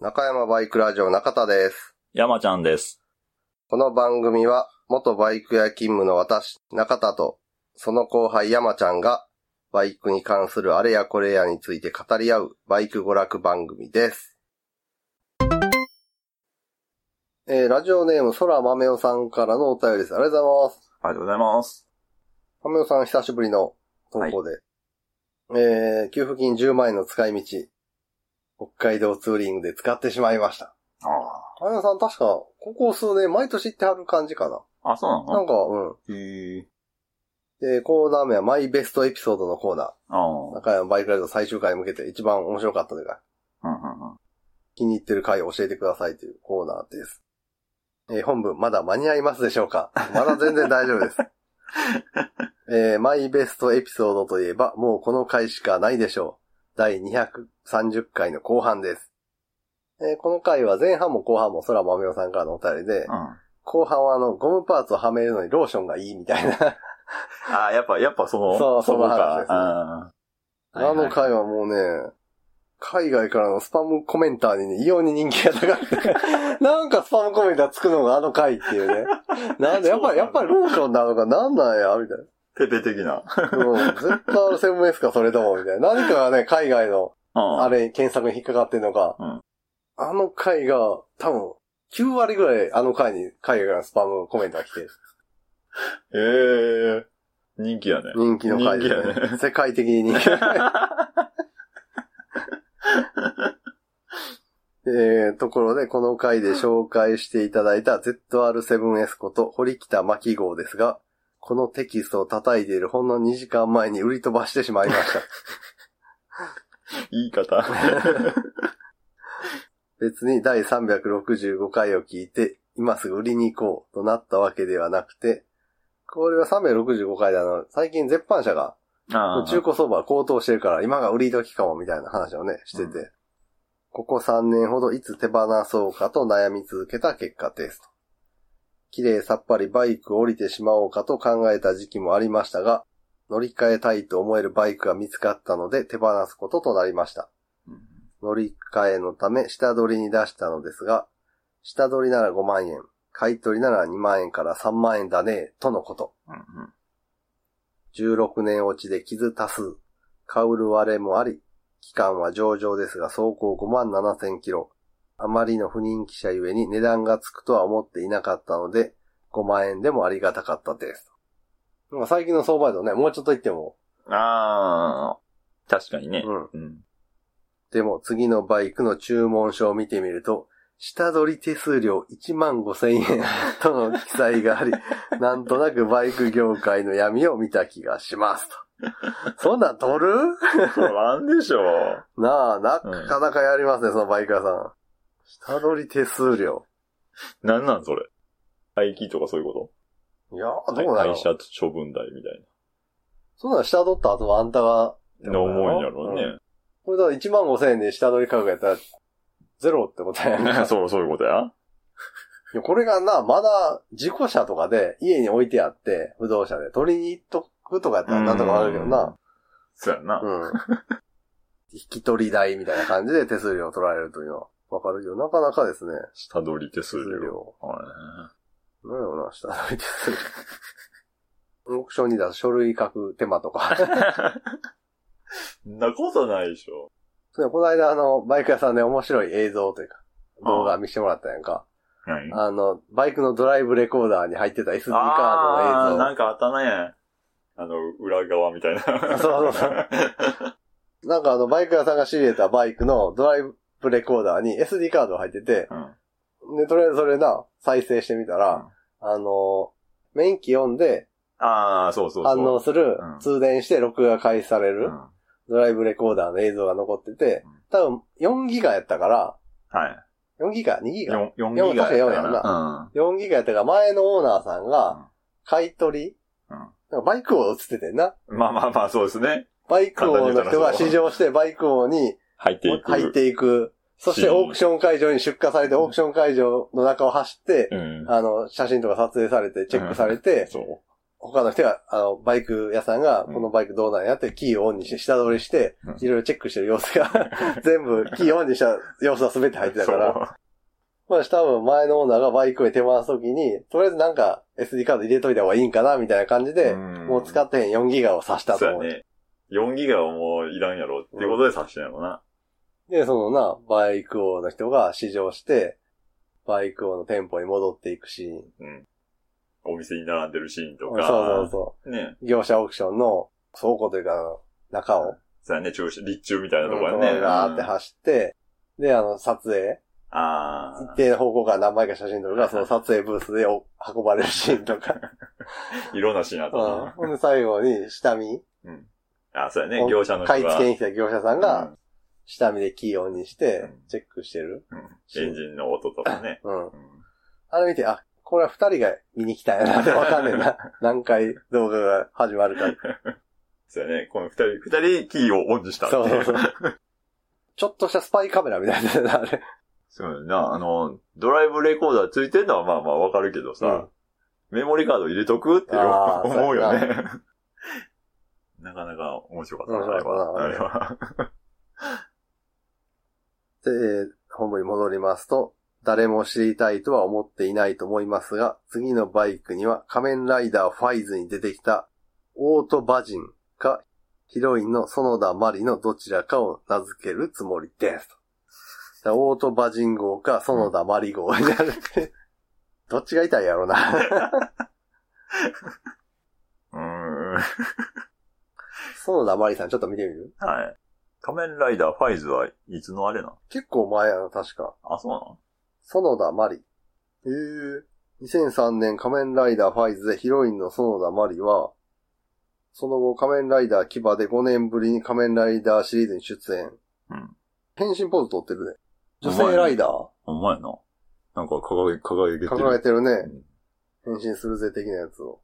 中山バイクラジオ中田です。山ちゃんです。この番組は、元バイク屋勤務の私、中田と、その後輩山ちゃんが、バイクに関するあれやこれやについて語り合う、バイク娯楽番組です。えー、ラジオネーム、空豆おさんからのお便りです。ありがとうございます。ありがとうございます。豆おさん、久しぶりの投稿で。えー、給付金10万円の使い道、北海道ツーリングで使ってしまいました。ああやさん確か、ここ数年毎年行ってはる感じかな。あ。あ、そうななのんか、うん。へえ。で、コーナー名はマイベストエピソードのコーナああ。ー。中山バイクライド最終回に向けて一番面白かったというか、うんうんうん。気に入ってる回を教えてくださいというコーナーです。えー本文まだ間に合いますでしょうかまだ全然大丈夫です。えーマイベストエピソードといえば、もうこの回しかないでしょう。第230回の後半です。えーこの回は前半も後半も空豆おさんからのお便りで、うん。あ後半はあの、ゴムパーツをはめるのにローションがいいみたい な。あ、やっぱ、やっぱその、そうこその話ですねか。うんあのはい回はもうね、海外からのスパムコメンターに、ね、異様に人気が高く て、なんかスパムコメンターつくのがあの回っていうね。なんで、やっぱり、やっぱりローションなのかなんなんや、みたいな。ペペ的な。うん、絶対あれセブン S か、それとも、みたいな。何かがね、海外の、うんあれ、検索に引っかかってんのか、うんあの回が、多分、9割ぐらいあの回に海外からのスパムコメンター来て、へえ。人気やね。人気の回で人気すやね。ね世界的に人気。えー、ところで、この回で紹介していただいた ZR7S こと堀北真希号ですが、このテキストを叩いているほんの2時間前に売り飛ばしてしまいました。言 い方。別に第365回を聞いて、今すぐ売りに行こうとなったわけではなくて、これは365回であの、最近絶版社がああ。中古相場は高騰してるから、今が売り時かもみたいな話をね、してて、うここ3年ほどいつ手放そうかと悩み続けた結果です。綺麗さっぱりバイクを降りてしまおうかと考えた時期もありましたが、乗り換えたいと思えるバイクが見つかったので手放すこととなりました。うん乗り換えのため下取りに出したのですが、下取りなら5万円、買い取りなら2万円から3万円だね、とのこと。うんうん16年落ちで傷多数。カウル割れもあり、期間は上々ですが走行5万7千キロ。あまりの不人気者ゆえに値段がつくとは思っていなかったので、5万円でもありがたかったです。まあ最近の相場だとね、もうちょっと言っても、ああ。確かにね。うん。うん。でも次のバイクの注文書を見てみると、下取り手数料1万5千円との記載があり、なんとなくバイク業界の闇を見た気がしますと。そんなん取るそうなんでしょう。なあ、なかなかやりますね、そのバイク屋さん。下取り手数料。なんなんそれ。廃棄とかそういうこいやとー、どうなの会社処分代みたいそんなの下取った後はあんたが、な。の思うんやろうね。これだから1万5千円で下取り価格やったら、ゼロってことや んか。いそう、そういうことや。やこれがな、まだ、事故車とかで、家に置いてあって、不動車で、取りに行っとくとかやったらなんとかなるけどな。そうやな。うん。引き取り代みたいな感じで手数料を取られるというのは、わかるけど、なかなかですね。下取り手数手数料。料。はなんやろな、下取り 手数料。オークションに出す書類書く手間と か。いんなことないでしょ。そうねこの間あの、バイク屋さんで面白い映像というか、動画見せてもらったやんか。何あの、バイクのドライブレコーダーに入ってた SD カーあドーのな映んかあったね。あの、裏側みたいな。そうそうそう像。なんかあの、バイク屋さんが仕入れたバイクのドライブレコーダーに SD カードが入ってて、 うん。で、とりあえずそれな、再生してみたら、あの、免許読んでああ、そうそうそう。反応する、うん通電して録画開始されうる、んはドライブレコーダーの映像が残っててうん、多分4ギガやったから、い。 4ギガ ?2 ギガ4、四ギガやった四確か四やんな。 ?4 ギガやったから前のオーナーさんうんが、買い取り、うんなんかバイク王映っててんな。うん。まあまあまあ、そうですね。バイク王の人が簡単試に言乗してバイク王に入っていく。入っていく。そしてオークション会場に出荷されて、オークション会場の中を走って、うん。あの、写真とか撮影されて、チェックされて、そう。他の人が、あの、バイク屋さんが、うんこのバイクどうなんやってキーをオンにして、下取りしてうん、いろいろチェックしてる様子が、 全部キーオンにした様子は全て入ってたから、まあ、多分前のオーナーがバイクを手放すときに、とりあえずなんか SD カード入れといた方がいいんかな、みたいな感じで、もう使っってへん4ギガを挿したたとそうや思う。ね。4ギガはもういらんやろっていうことで察してんやろな。で、そのな、バイク王の人が試乗して、バイク王の店舗に戻っていくシーン。うん。お店に並んでるシーンとそうか。そうそね。う。業者オークションの倉庫というか、あの中を、そうやね、中止、立中みたいなとこやうんね。ガーって走って、で、あの、撮影、あ一あ。定の方向から何枚か写真撮るから、その撮影ブースでお運ばれるシーンとか。 いろんなシーンあったうんな。ほんで、最後に下見、あ、そうやね、業者の人買いが。付けに来た業者さんがう、ん下見でキーオンにしてうん、チェックしてる。うんエンジンの音とかね。うん。うんあれ見て、あ、これは二人が見に来たんやな ってわかんねえな。何回動画が始まるか。そうやね、この二人、二人キーをオンにしたっていそうそうそう。ちょっとしたスパイカメラみたいなやつだな、あれ。そうやな、あの、ドライブレコーダーついてんのはまあまあわかるけどさ、メモリカード入れとくっていうあー思うよそね。 なかなか面白かったな、あれは。あ面れ白は。で、えー本部に戻りますと、誰も知りたいとは思っていないと思いますが、次のバイクには仮面ライダーファイズに出てきたオートバジンかヒロインの園田マリのどちらかを名付けるつもりです。だからオートバジン号か園田マリ号になる。 どっちが痛いやろうな。 うーん。はい。園田マリさんちょっと見てみる仮面ライダーファイズはいつのあれなん結構前やな、確か。あ、そうなん園田マリ。へえ。2003年仮面ライダーファイズでヒロインの園田マリは、その後仮面ライダー牙で5年ぶりに仮面ライダーシリーズに出演。うん変身ポーズ取ってるね。女性ライダーほんまやな。なんか掲げ、掲げて掲げる。てるうね。ん変身するぜ的なやつを。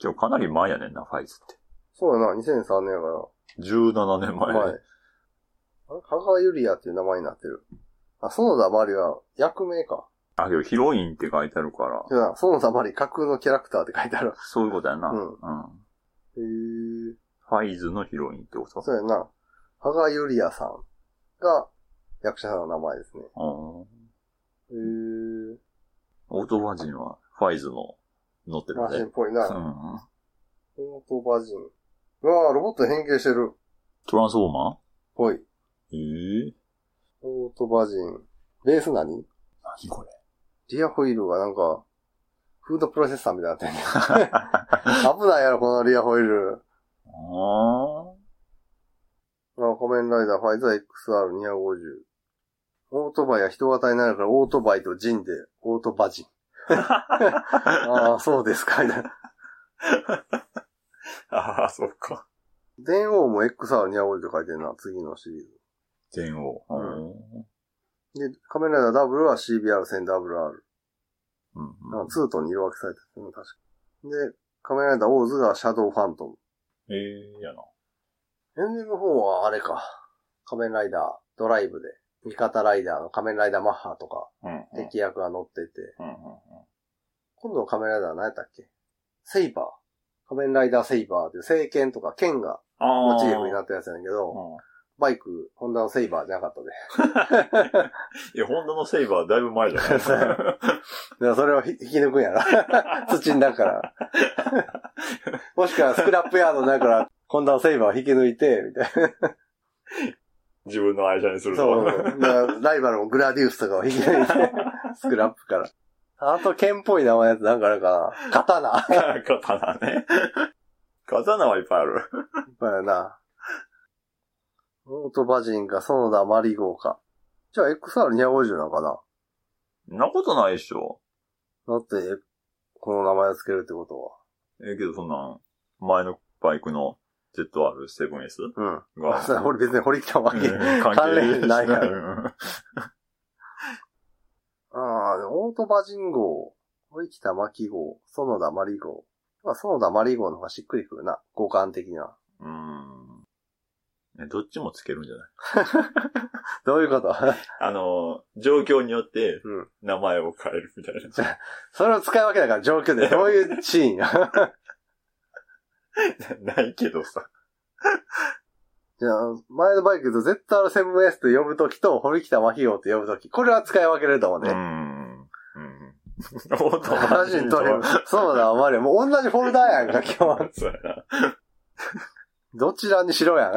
今日かなり前やねんな、ファイズって。そうやな、2003年やか17年前。ら。前。あれ加賀ゆりやっていう名前になってる。あ、園田マリは役名か。あ、けどヒロインって書いてあるから、そうだ園田マリ架空のキャラクターって書いてある。そういうことやな。うんうへん。え。ファイズのヒロインってことそうやな。羽賀ゆりやさんが役者さんの名前ですね。うんへー。オートバジンはファイズの乗ってるマシンねっ。ぽいうな。ん。オートバジン。うわーロボット変形してる。トランスフォーマぽい。ーええオートバジン。ベース何何これリアホイールがなんか、フードプロセッサーみたいになってんね危ないやろ、このリアホイール。あーあ仮面ライダーファイザー XR250。オートバイは人型になるから、オートバイとジンで、オートバジン。ああ、そうですか、みたいな。あー、そっか。電王も XR250 って書いてるな、次のシリーズ。天王。ううん。で、カメライダーダブルは CBR1000WR。うん。なんかツートンに色分けされてるの確か。で、カメライダーオーズがシャドウファントム。ええやな。 MM4 はあれか。仮面ライダードライブで、味方ライダーの仮面ライダーマッハとか、うん。うん敵役が乗ってて。うん。今度の仮面ライダーは何やったっけセイバー。仮面ライダーセイバーっていう聖剣とか剣がああ。モチーフになったやつやねんけど、うんバイク、ホンダのセイバーじゃなかったで。いや、ホンダのセイバーだいぶ前じゃないだからそれをひ引き抜くんやろ。 土の中から。もしくはスクラップヤードの中から、ホンダのセイバーを引き抜いて、みたい 自分の愛車にすな。るそと。う。だからライバルもグラディウスとかを引き抜い て、スクラップから。あと、剣っぽい名前のやつなんかあるかな。刀。刀ね。刀はいっぱいある。まあな。オートバジンか、園田マリゴーか。じゃあ XR250 なのかなそんなことないでしょ。だって、この名前をつけるってことええけど、そんなん、前のバイクの ZR7S は。うん。が、それ俺別に堀北もあげ、関関連ないからら。ああ、でもオートバジン号、堀北真希号、園田マリ号。まあ、園田マリ号の方がしっくりくるな。五感的な。うん。えどっちもつけるんじゃないどういうこと あの、状況によってうん、名前を変えるみたいな。 それを使うわけだから状況で。どういうシーンないけどさ。じゃあ、前のバイクと ZR7S と呼ぶときと、堀北真宏と呼ぶとき、これは使い分けれると思ううーね。ん。うん。おっと、写真撮れ る。そうだ、お前らもう同じフォルダやんか、基本。そうやな。どちらにしろ やん。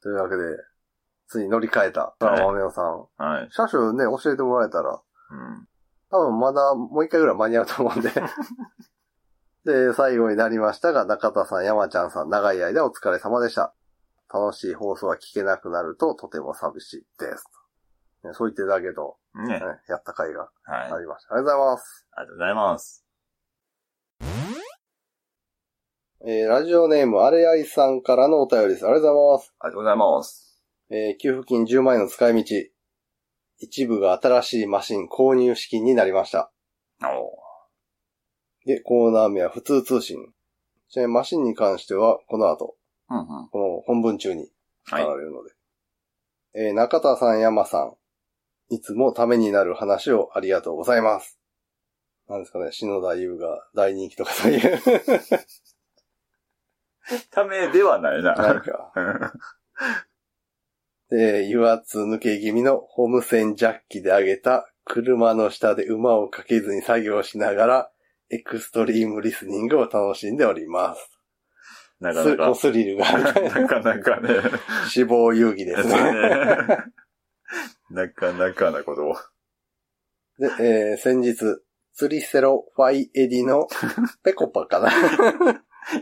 というわけで、つい乗り換えた、トラマメオさん。はい。車種ね、教えてもらえたら、うん。多分まだもう一回ぐらい間に合うと思うんで。で、最後になりましたが、中田さん、山ちゃんさん、長い間お疲れ様でした。楽しい放送は聞けなくなるととても寂しいです。ねそう言っていただけると、ね。ねやった甲斐がはい。ありました。ありがとうございます。ありがとうございます。えーラジオネーム、あれあいさんからのお便りです。ありがとうございます。ありがとうございます。えー給付金10万円の使い道。一部が新しいマシン購入資金になりました。おで、コーナー名は普通通信。ちなみにマシンに関しては、この後、うんうん。この本文中に語はらい。れるので。えー中田さん、山さん。いつもためになる話をありがとうございます。なんですかね、篠田優が大人気とかそう いう。ためではないなんな。か。うんで、油圧抜け気味のホームセンジャッキで上げた車の下で馬をかけずに作業しながら、エクストリームリスニングを楽しんでおります。 なかすなごか。スリルがあるみたいな。 なかなかね。死亡遊戯ですね。 なかなかなことを。で、えー先日、釣りセロファイエディのペコパかな。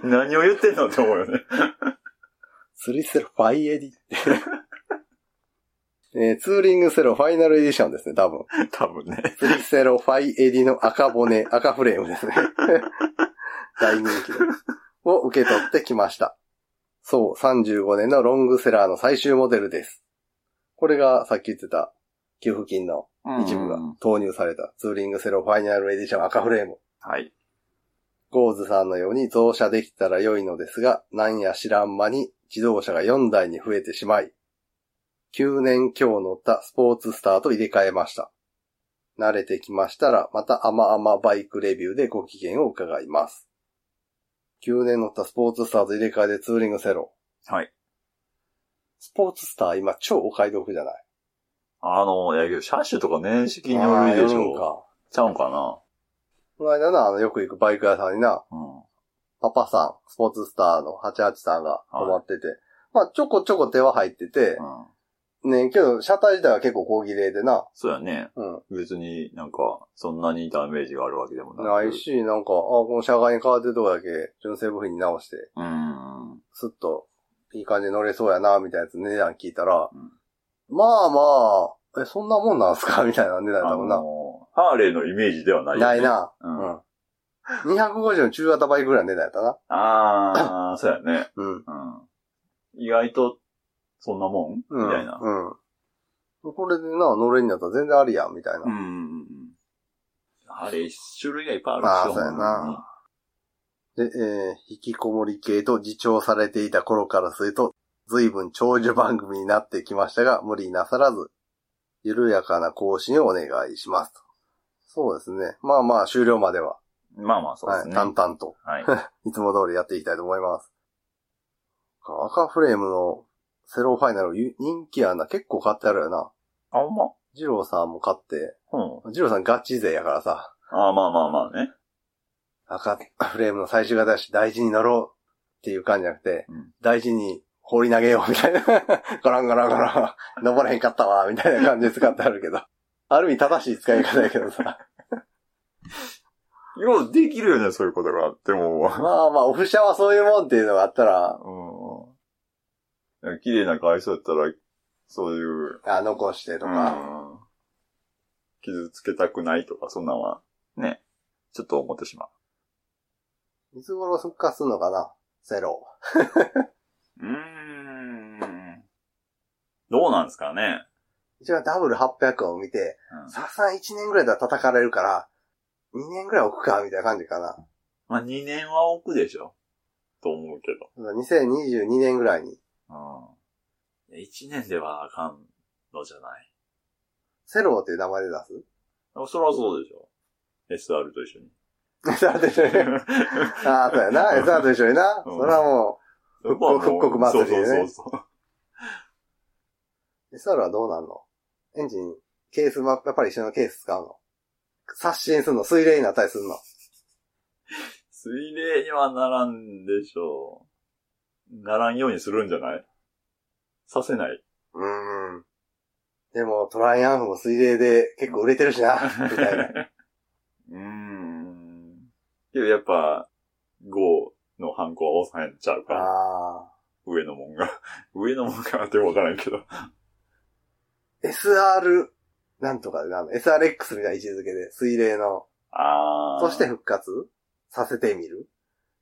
何を言ってんのって思うよね。釣りセロファイエディ って。えーツーリングセロファイナルエディションですね、多分。多分ね。釣りセロファイエディの赤骨、赤フレームですね。 大人気のを受け取ってきました。そう、35年のロングセラーの最終モデルです。これがさっき言ってた給付金の一部が投入されたツーリングセロファイナルエディション赤フレーム。はい。ゴーズさんのように増車できたら良いのですが、なんや知らん間に自動車が4台に増えてしまい、9年強乗ったスポーツスターと入れ替えました。慣れてきましたら、また甘々バイクレビューでご機嫌を伺います。9年乗ったスポーツスターと入れ替えでツーリングセロ。はい。スポーツスター今超お買い得じゃないあの、いやけど、車種とか年式によるでしあーよるんょ。かちゃうんかな。この間な、あの、よく行くバイク屋さんにな、うん。パパさん、スポーツスターの88さんが泊まってて、まあちょこちょこ手は入ってて、うん。ねけど車体自体は結構高綺麗でな、そうやね。うん。別になんか、そんなにダメージがあるわけでもなく。ない。し、なんか、あこの車外に変わってるとこだけ純正部品に直して、うん。スッといい感じに乗れそうやな、みたいなやつ値段聞いたら、うんまあまあ、え、そんなもんなんすかみ たいな値段あだもんな。のー、ハーレーのイメージではないよね。ない。な。う。うんん。250の中型バイクぐらいの値段やったな。あー、そうやね。うん。うん。意外と、そんなもんうん。みたいな。うん。これでな、乗れんやったら全然ありやん、みたいな。うん。ハーレー種類がいっぱいあるあーしそうやな。で、えー引きこもり系と自重されていた頃からすると、随分長寿番組になってきましたが、無理なさらず、緩やかな更新をお願いしますと。そうですね。まあまあ、終了までは、まあまあ、そうではすい、ね。淡々と、はい。いつも通りやっていきたいと思います。赤フレームのセロファイナル人気やな。結構買ってあるよな。あ、ほんま。ジローさんも買って、うん。ジローさんガチ勢やからさ、あーまあまあまあね。赤フレームの最終型だし大事に乗ろうっていう感じじゃなくて、うん大事に放り投げようみたいな。 ガランガランガラン、登れへんかったわ、みたいな感じで使ってあるけど。 ある意味正しい使い方やけどさ。 ようできるよね、そういうことがあってもまあまあ、オフ車はそういうもんっていうのがあったら、う。うん。綺麗な会社だったら、そういう、あ残してとうか、ん、傷つけたくないとか、そんなんは、ね、ちょっと思ってしまう。いつ頃復活するのかなセロ。うーん。どうなんですかね。一応ダブル800を見て、うんさすがに1年ぐらいだったら叩かれるから、2年ぐらい置くか、みたいな感じかな。まあ、2年は置くでしょ。と思うけど。 2022年ぐらいに。うん。1年ではあかんのじゃない。セローっていう名前で出す それはそうでしょ。SR と一緒に。エザーと一緒に。ああ、そうやな。エザーと一緒にな。うんそれはも復 刻復刻祭りでね、そうそうそうエザーはどうなんのエンジン、ケースも、やっぱり一緒のケース使うの刷新するの水冷になったりするのう。水冷にはならんでしょう。ならんようにするんじゃないさせない。うーん。でも、トライアンフも水冷で結構売れてるし な、みたいな。うーん。けどやっぱ、GO のハンコは押さえちゃうから、あ上のもんが。上のもんがってわからんけど。あ。SR、なんとかでなの、SRX みたいな位置づけで、水冷の、ああ。そしてう復活させてみる。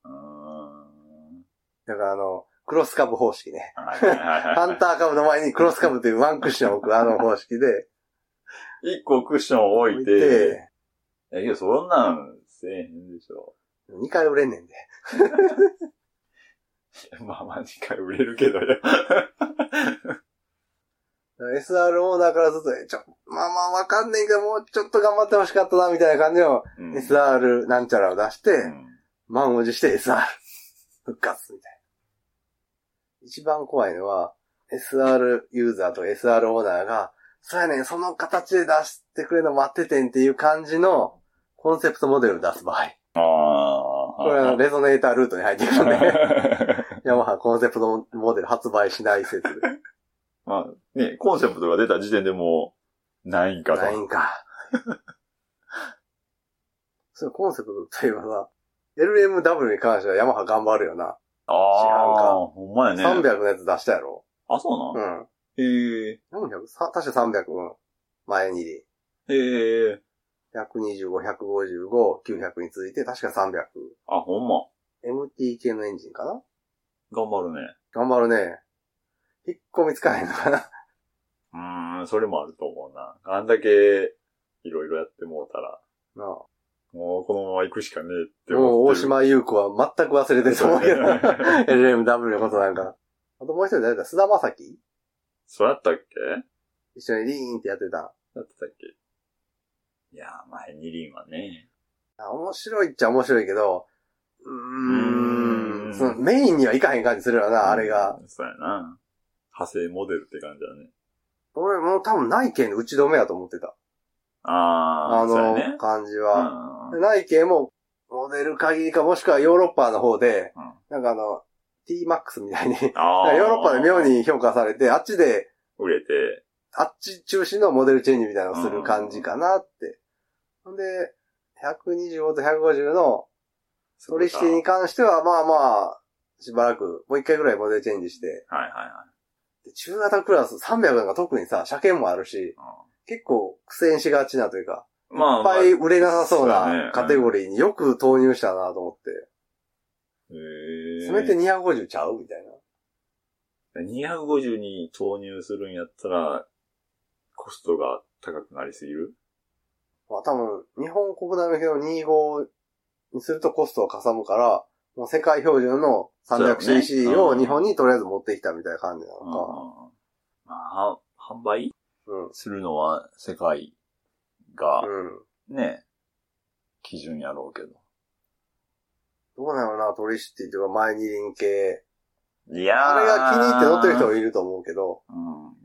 ーん。だからあの、クロスカブ方式ね。はいはいはいはいハンターカブの前にクロスカブというワンクッションを置くあの方式で、一個クッションを置いて、、え、いや、そんなんせえへんでしょ。 2回売れんねんで。まあまあ、次回売れるけどよ。 SR オーナーからずっと、えちょ、まあまあわかんねんけど、もうちょっと頑張ってほしかったな、みたいな感じの、うん SR なんちゃらを出して、うん満を持して SR 復活みたいな。一番怖いのは、SR ユーザーと SR オーナーが、そうやねん、その形で出してくれるの待っててんっていう感じのコンセプトモデルを出す場合。ああ。これはレゾネータールートに入っていくん で、ヤマハコンセプトモデル発売しない説まあ、ね、コンセプトが出た時点でもう、ないんかと。ないんか。 そのコンセプトといえばさ、LMW に関してはヤマハ頑張るよな。あ違うかあ、ほんまやね。 300のやつ出したやろあ、そううなんん。へえ、 400? さ確か300。うん前にり。へえ、 125、155、900に続いて、確か300。あ、ほんま。 MT 系のエンジンかな頑張るね。頑張るね。引っ込みつかへんのかな うーん、それもあると思うな。あんだけ、いろいろやってもうたら、なあもうこのまま行くしかねえって思ってる。もう、大島優子は全く忘れてると思うけど。そう ね LMW のことなんか。あともう一人誰だ菅田将暉そうやったっけ一緒にリーンってやってた。やってたっけいやー、前にりんはね。あ面白いっちゃ面白いけど、うー、うんんそのメインにはいかへん感じするよな、あれが。うん。そうやな。派生モデルって感じだね。俺もう多分内見の打ち止めやと思ってた。あー、あそうやのね。感じうは。んで内見も、モデル限りかもしくはヨーロッパの方で、うんなんかあの、T-MAX みたいに、なんあかーヨーロッパで妙に評価されて、あっちで、売れて、あっち中心のモデルチェンジみたいなのをする感じかなって。ほんで、125と150のそ取引に関しては、まあまあ、しばらく、もう一回ぐらいモデルチェンジして、はいはいはい。で中型クラス300なんか特にさ、車検もあるし、結構苦戦しがちなというか、うんまあ、いっぱい売れなさそうそうだねなカテゴリーによく投入したなと思って、へせめて250ちゃうみたいな。 250に投入するんやったら、コストが高くなりすぎるまあ多分、日本国内向けの25にするとコストはかさむから、もう世界標準の 300cc そうだねうをん日本にとりあえず持ってきたみたいな感じなのうんか。まあ、販売うん。するのは世界がうん。ね、基準やろうけどうなのな、トリシティとか前二輪系。ど。いやーあれが気に入って乗ってる人もいると思うけど、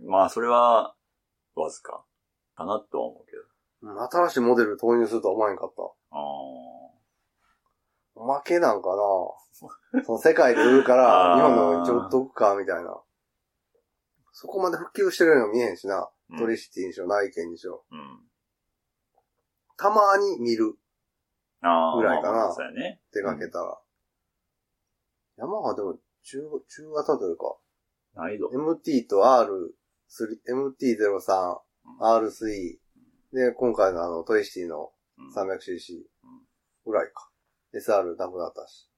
うん。まあ、それは、わずか。かなとは思うけど。うん新しいモデル投入するとは思わへんかった。あおまけなんかなその世界で売るから、あー日本の方にちょっと置くか、みたいな。そこまで普及してるようには見えへんしな。ートリシティにしろ、ナイケンにしろ。うん。たまに見る、あーぐらいかなまあまあそうやね。出かけたら。ヤマハでも中、中型というか、難易度。 MT と R3、MT03、R3、で、今回のあの、トリシティのうん 300cc ぐらいか。SR なくなったし、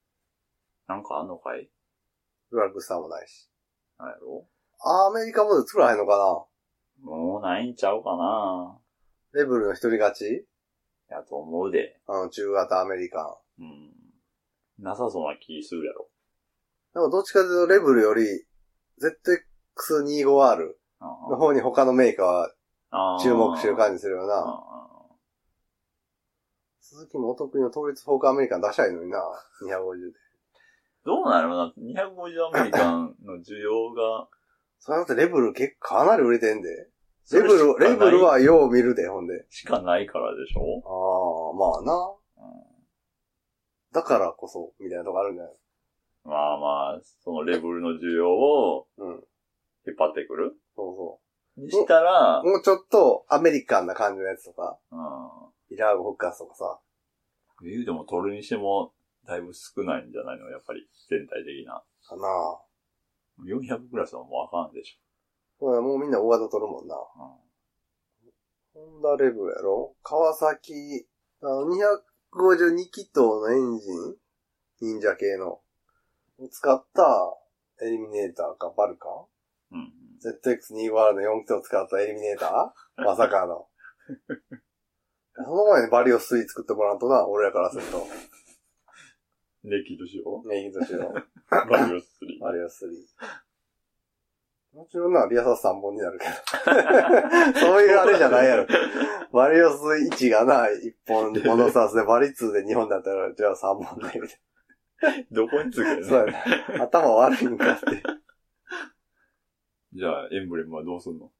なんかあんのかいグラグスターもないし。なんやろアメリカモデル作らへんのかなもうないんちゃうかなレブルの一人勝ちやと思うで。あの、中型アメリカン。うん。なさそうな気するやろ。でもどっちかというとレブルより、ZX25R の方に他のメーカーはあー注目してる感じするよあーな。鈴木もお得意の統一フォークアメリカン出したいのにな、250で。どうなるのな ?250 アメリカンの需要が。それだってレブル結構かなり売れてんで。レブそれしル、かないレブルはよう見るで、ほんで。しかないからでしょああ、まあな。だからこそ、みたいなとこあるんじゃないまあまあ、そのレベルの需要をうん。引っ張ってくるそうそにしたら、う。もうちょっと、アメリカンな感じのやつとか、うイラーゴ・フッカスとかさ。ん。言うても取るにしても、だいぶ少ないんじゃないのやっぱり、全体的な。かなあ400クラスはもうあかんでしほらもうみんな大技取るもんな。ょ。ホンダレブルやろ川崎、あ252気筒のエンジン忍者系の。を使った、エリミネーターか、バルカンうん。うん。 ZX25R の4気筒を使ったエリミネーターまさかの。その前にバリオ3作ってもらうとな、俺らからすると。ネキドしよ メインとしてのう。バリオスリバリオ3。もちろんな、リアサス3本になるけど。 そういうあれじゃないやろ。バリオス1がな、1本、モノサスで、バリ2で2本だったら、じゃあ3本で、みたい どこにつくな。そうのやな。頭悪いんかって。じゃあ、エンブレムはどうすんの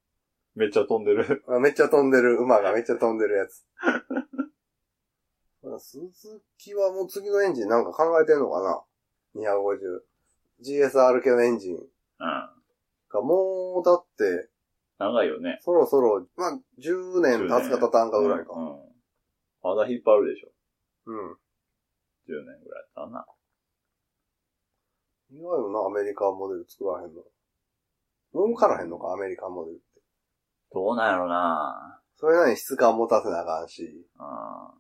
めっちゃ飛んで る。あめっちゃ飛んでる、馬がめっちゃ飛んでるやつ。まあ鈴木はもう次のエンジンなんか考えてんのかな ?250。GSR 系のエンジンうん。がもう、だって、長いよね。そろそろ、まあ、10年経つか経たんかぐらいか。うん。うんまだ引っ張るでしょ。うん。 10年ぐらいだったな。意外よな、アメリカンモデル作らへんの。儲からへんのか、アメリカンモデルって。どうなんやろなそれなりに質感持たせなあかんし。うん。ま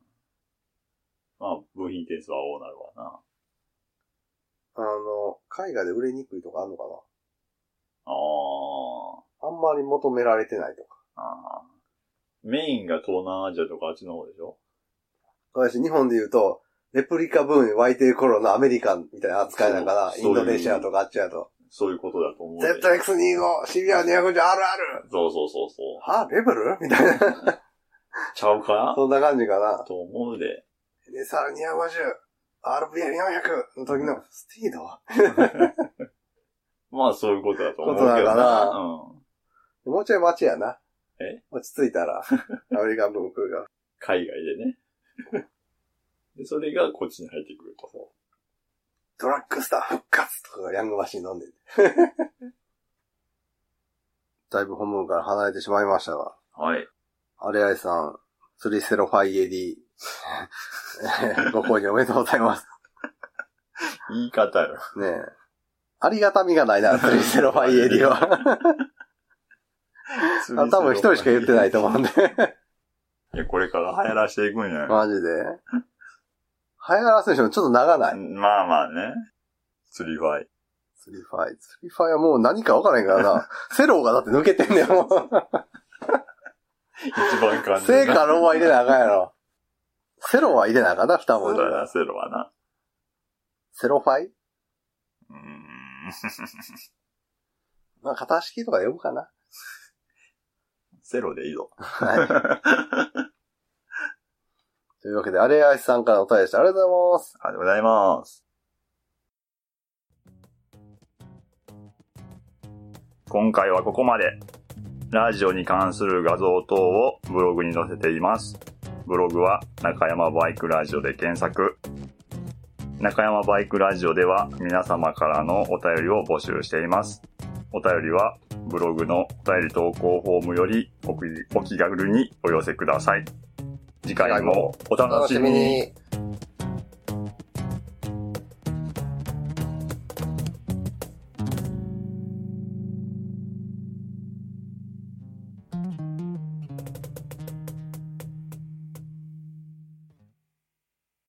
あ、部品点数は多なるわな。あの、海外で売れにくいとかあんのかああ。なあんまり求められてないとか。ああ。メインが東南アジアとかあっちの方でしょそうやし、日本で言うと、レプリカブームに湧いてる頃のアメリカンみたいな扱いだから、そうインドネシアとかあっちやと。そういうことだと思うで。 ZX25、シビア250あるあるそうそうそうそう。はレベルみたいな。ちゃうかそんな感じかな。と思うで。 NSR250、RVM400 の時のスティードまあそういうことだと思うけどことなな。んかなうん。もうちょい待ちやな。え落ち着いた ら、アメリカンブーム来るから。海外でね。 で、それがこっちに入ってくると。ドラッグスター復活とかヤングマシン飲んで て。だいぶ本文から離れてしまいましたが、はい。アレアイさん、釣りセロファイエディ、 ご購入おめでとうございます。言い方よ。ねえ。ありがたみがないな、釣りセロファイエディ は。多分一人しか言ってないと思うんで。いや、これから流行らしていくんじゃない、まあ、マジで。流行らせる人もちょっと長ない。まあね。釣りファイ。釣りファイ。釣りファイはもう何か分からへんから な。セローがだって抜けてんねん、もう。一番感じ聖火ローは入れなあかんやろ。セロは入れなあかんな、二そ文う字だな、セロはな。セロファイうーん。まあ、型式とか呼ぶかな。セロでいいぞ。はい。というわけで、アレアイスさんからお便りでした。ありがとうございます。ありがとうございます。今回はここまで。ラジオに関する画像等をブログに載せています。ブログは中山バイクラジオで検索。中山バイクラジオでは皆様からのお便りを募集しています。お便りはブログのお便り投稿フォームよりお気お気軽にお寄せください。次回もお楽しみに。。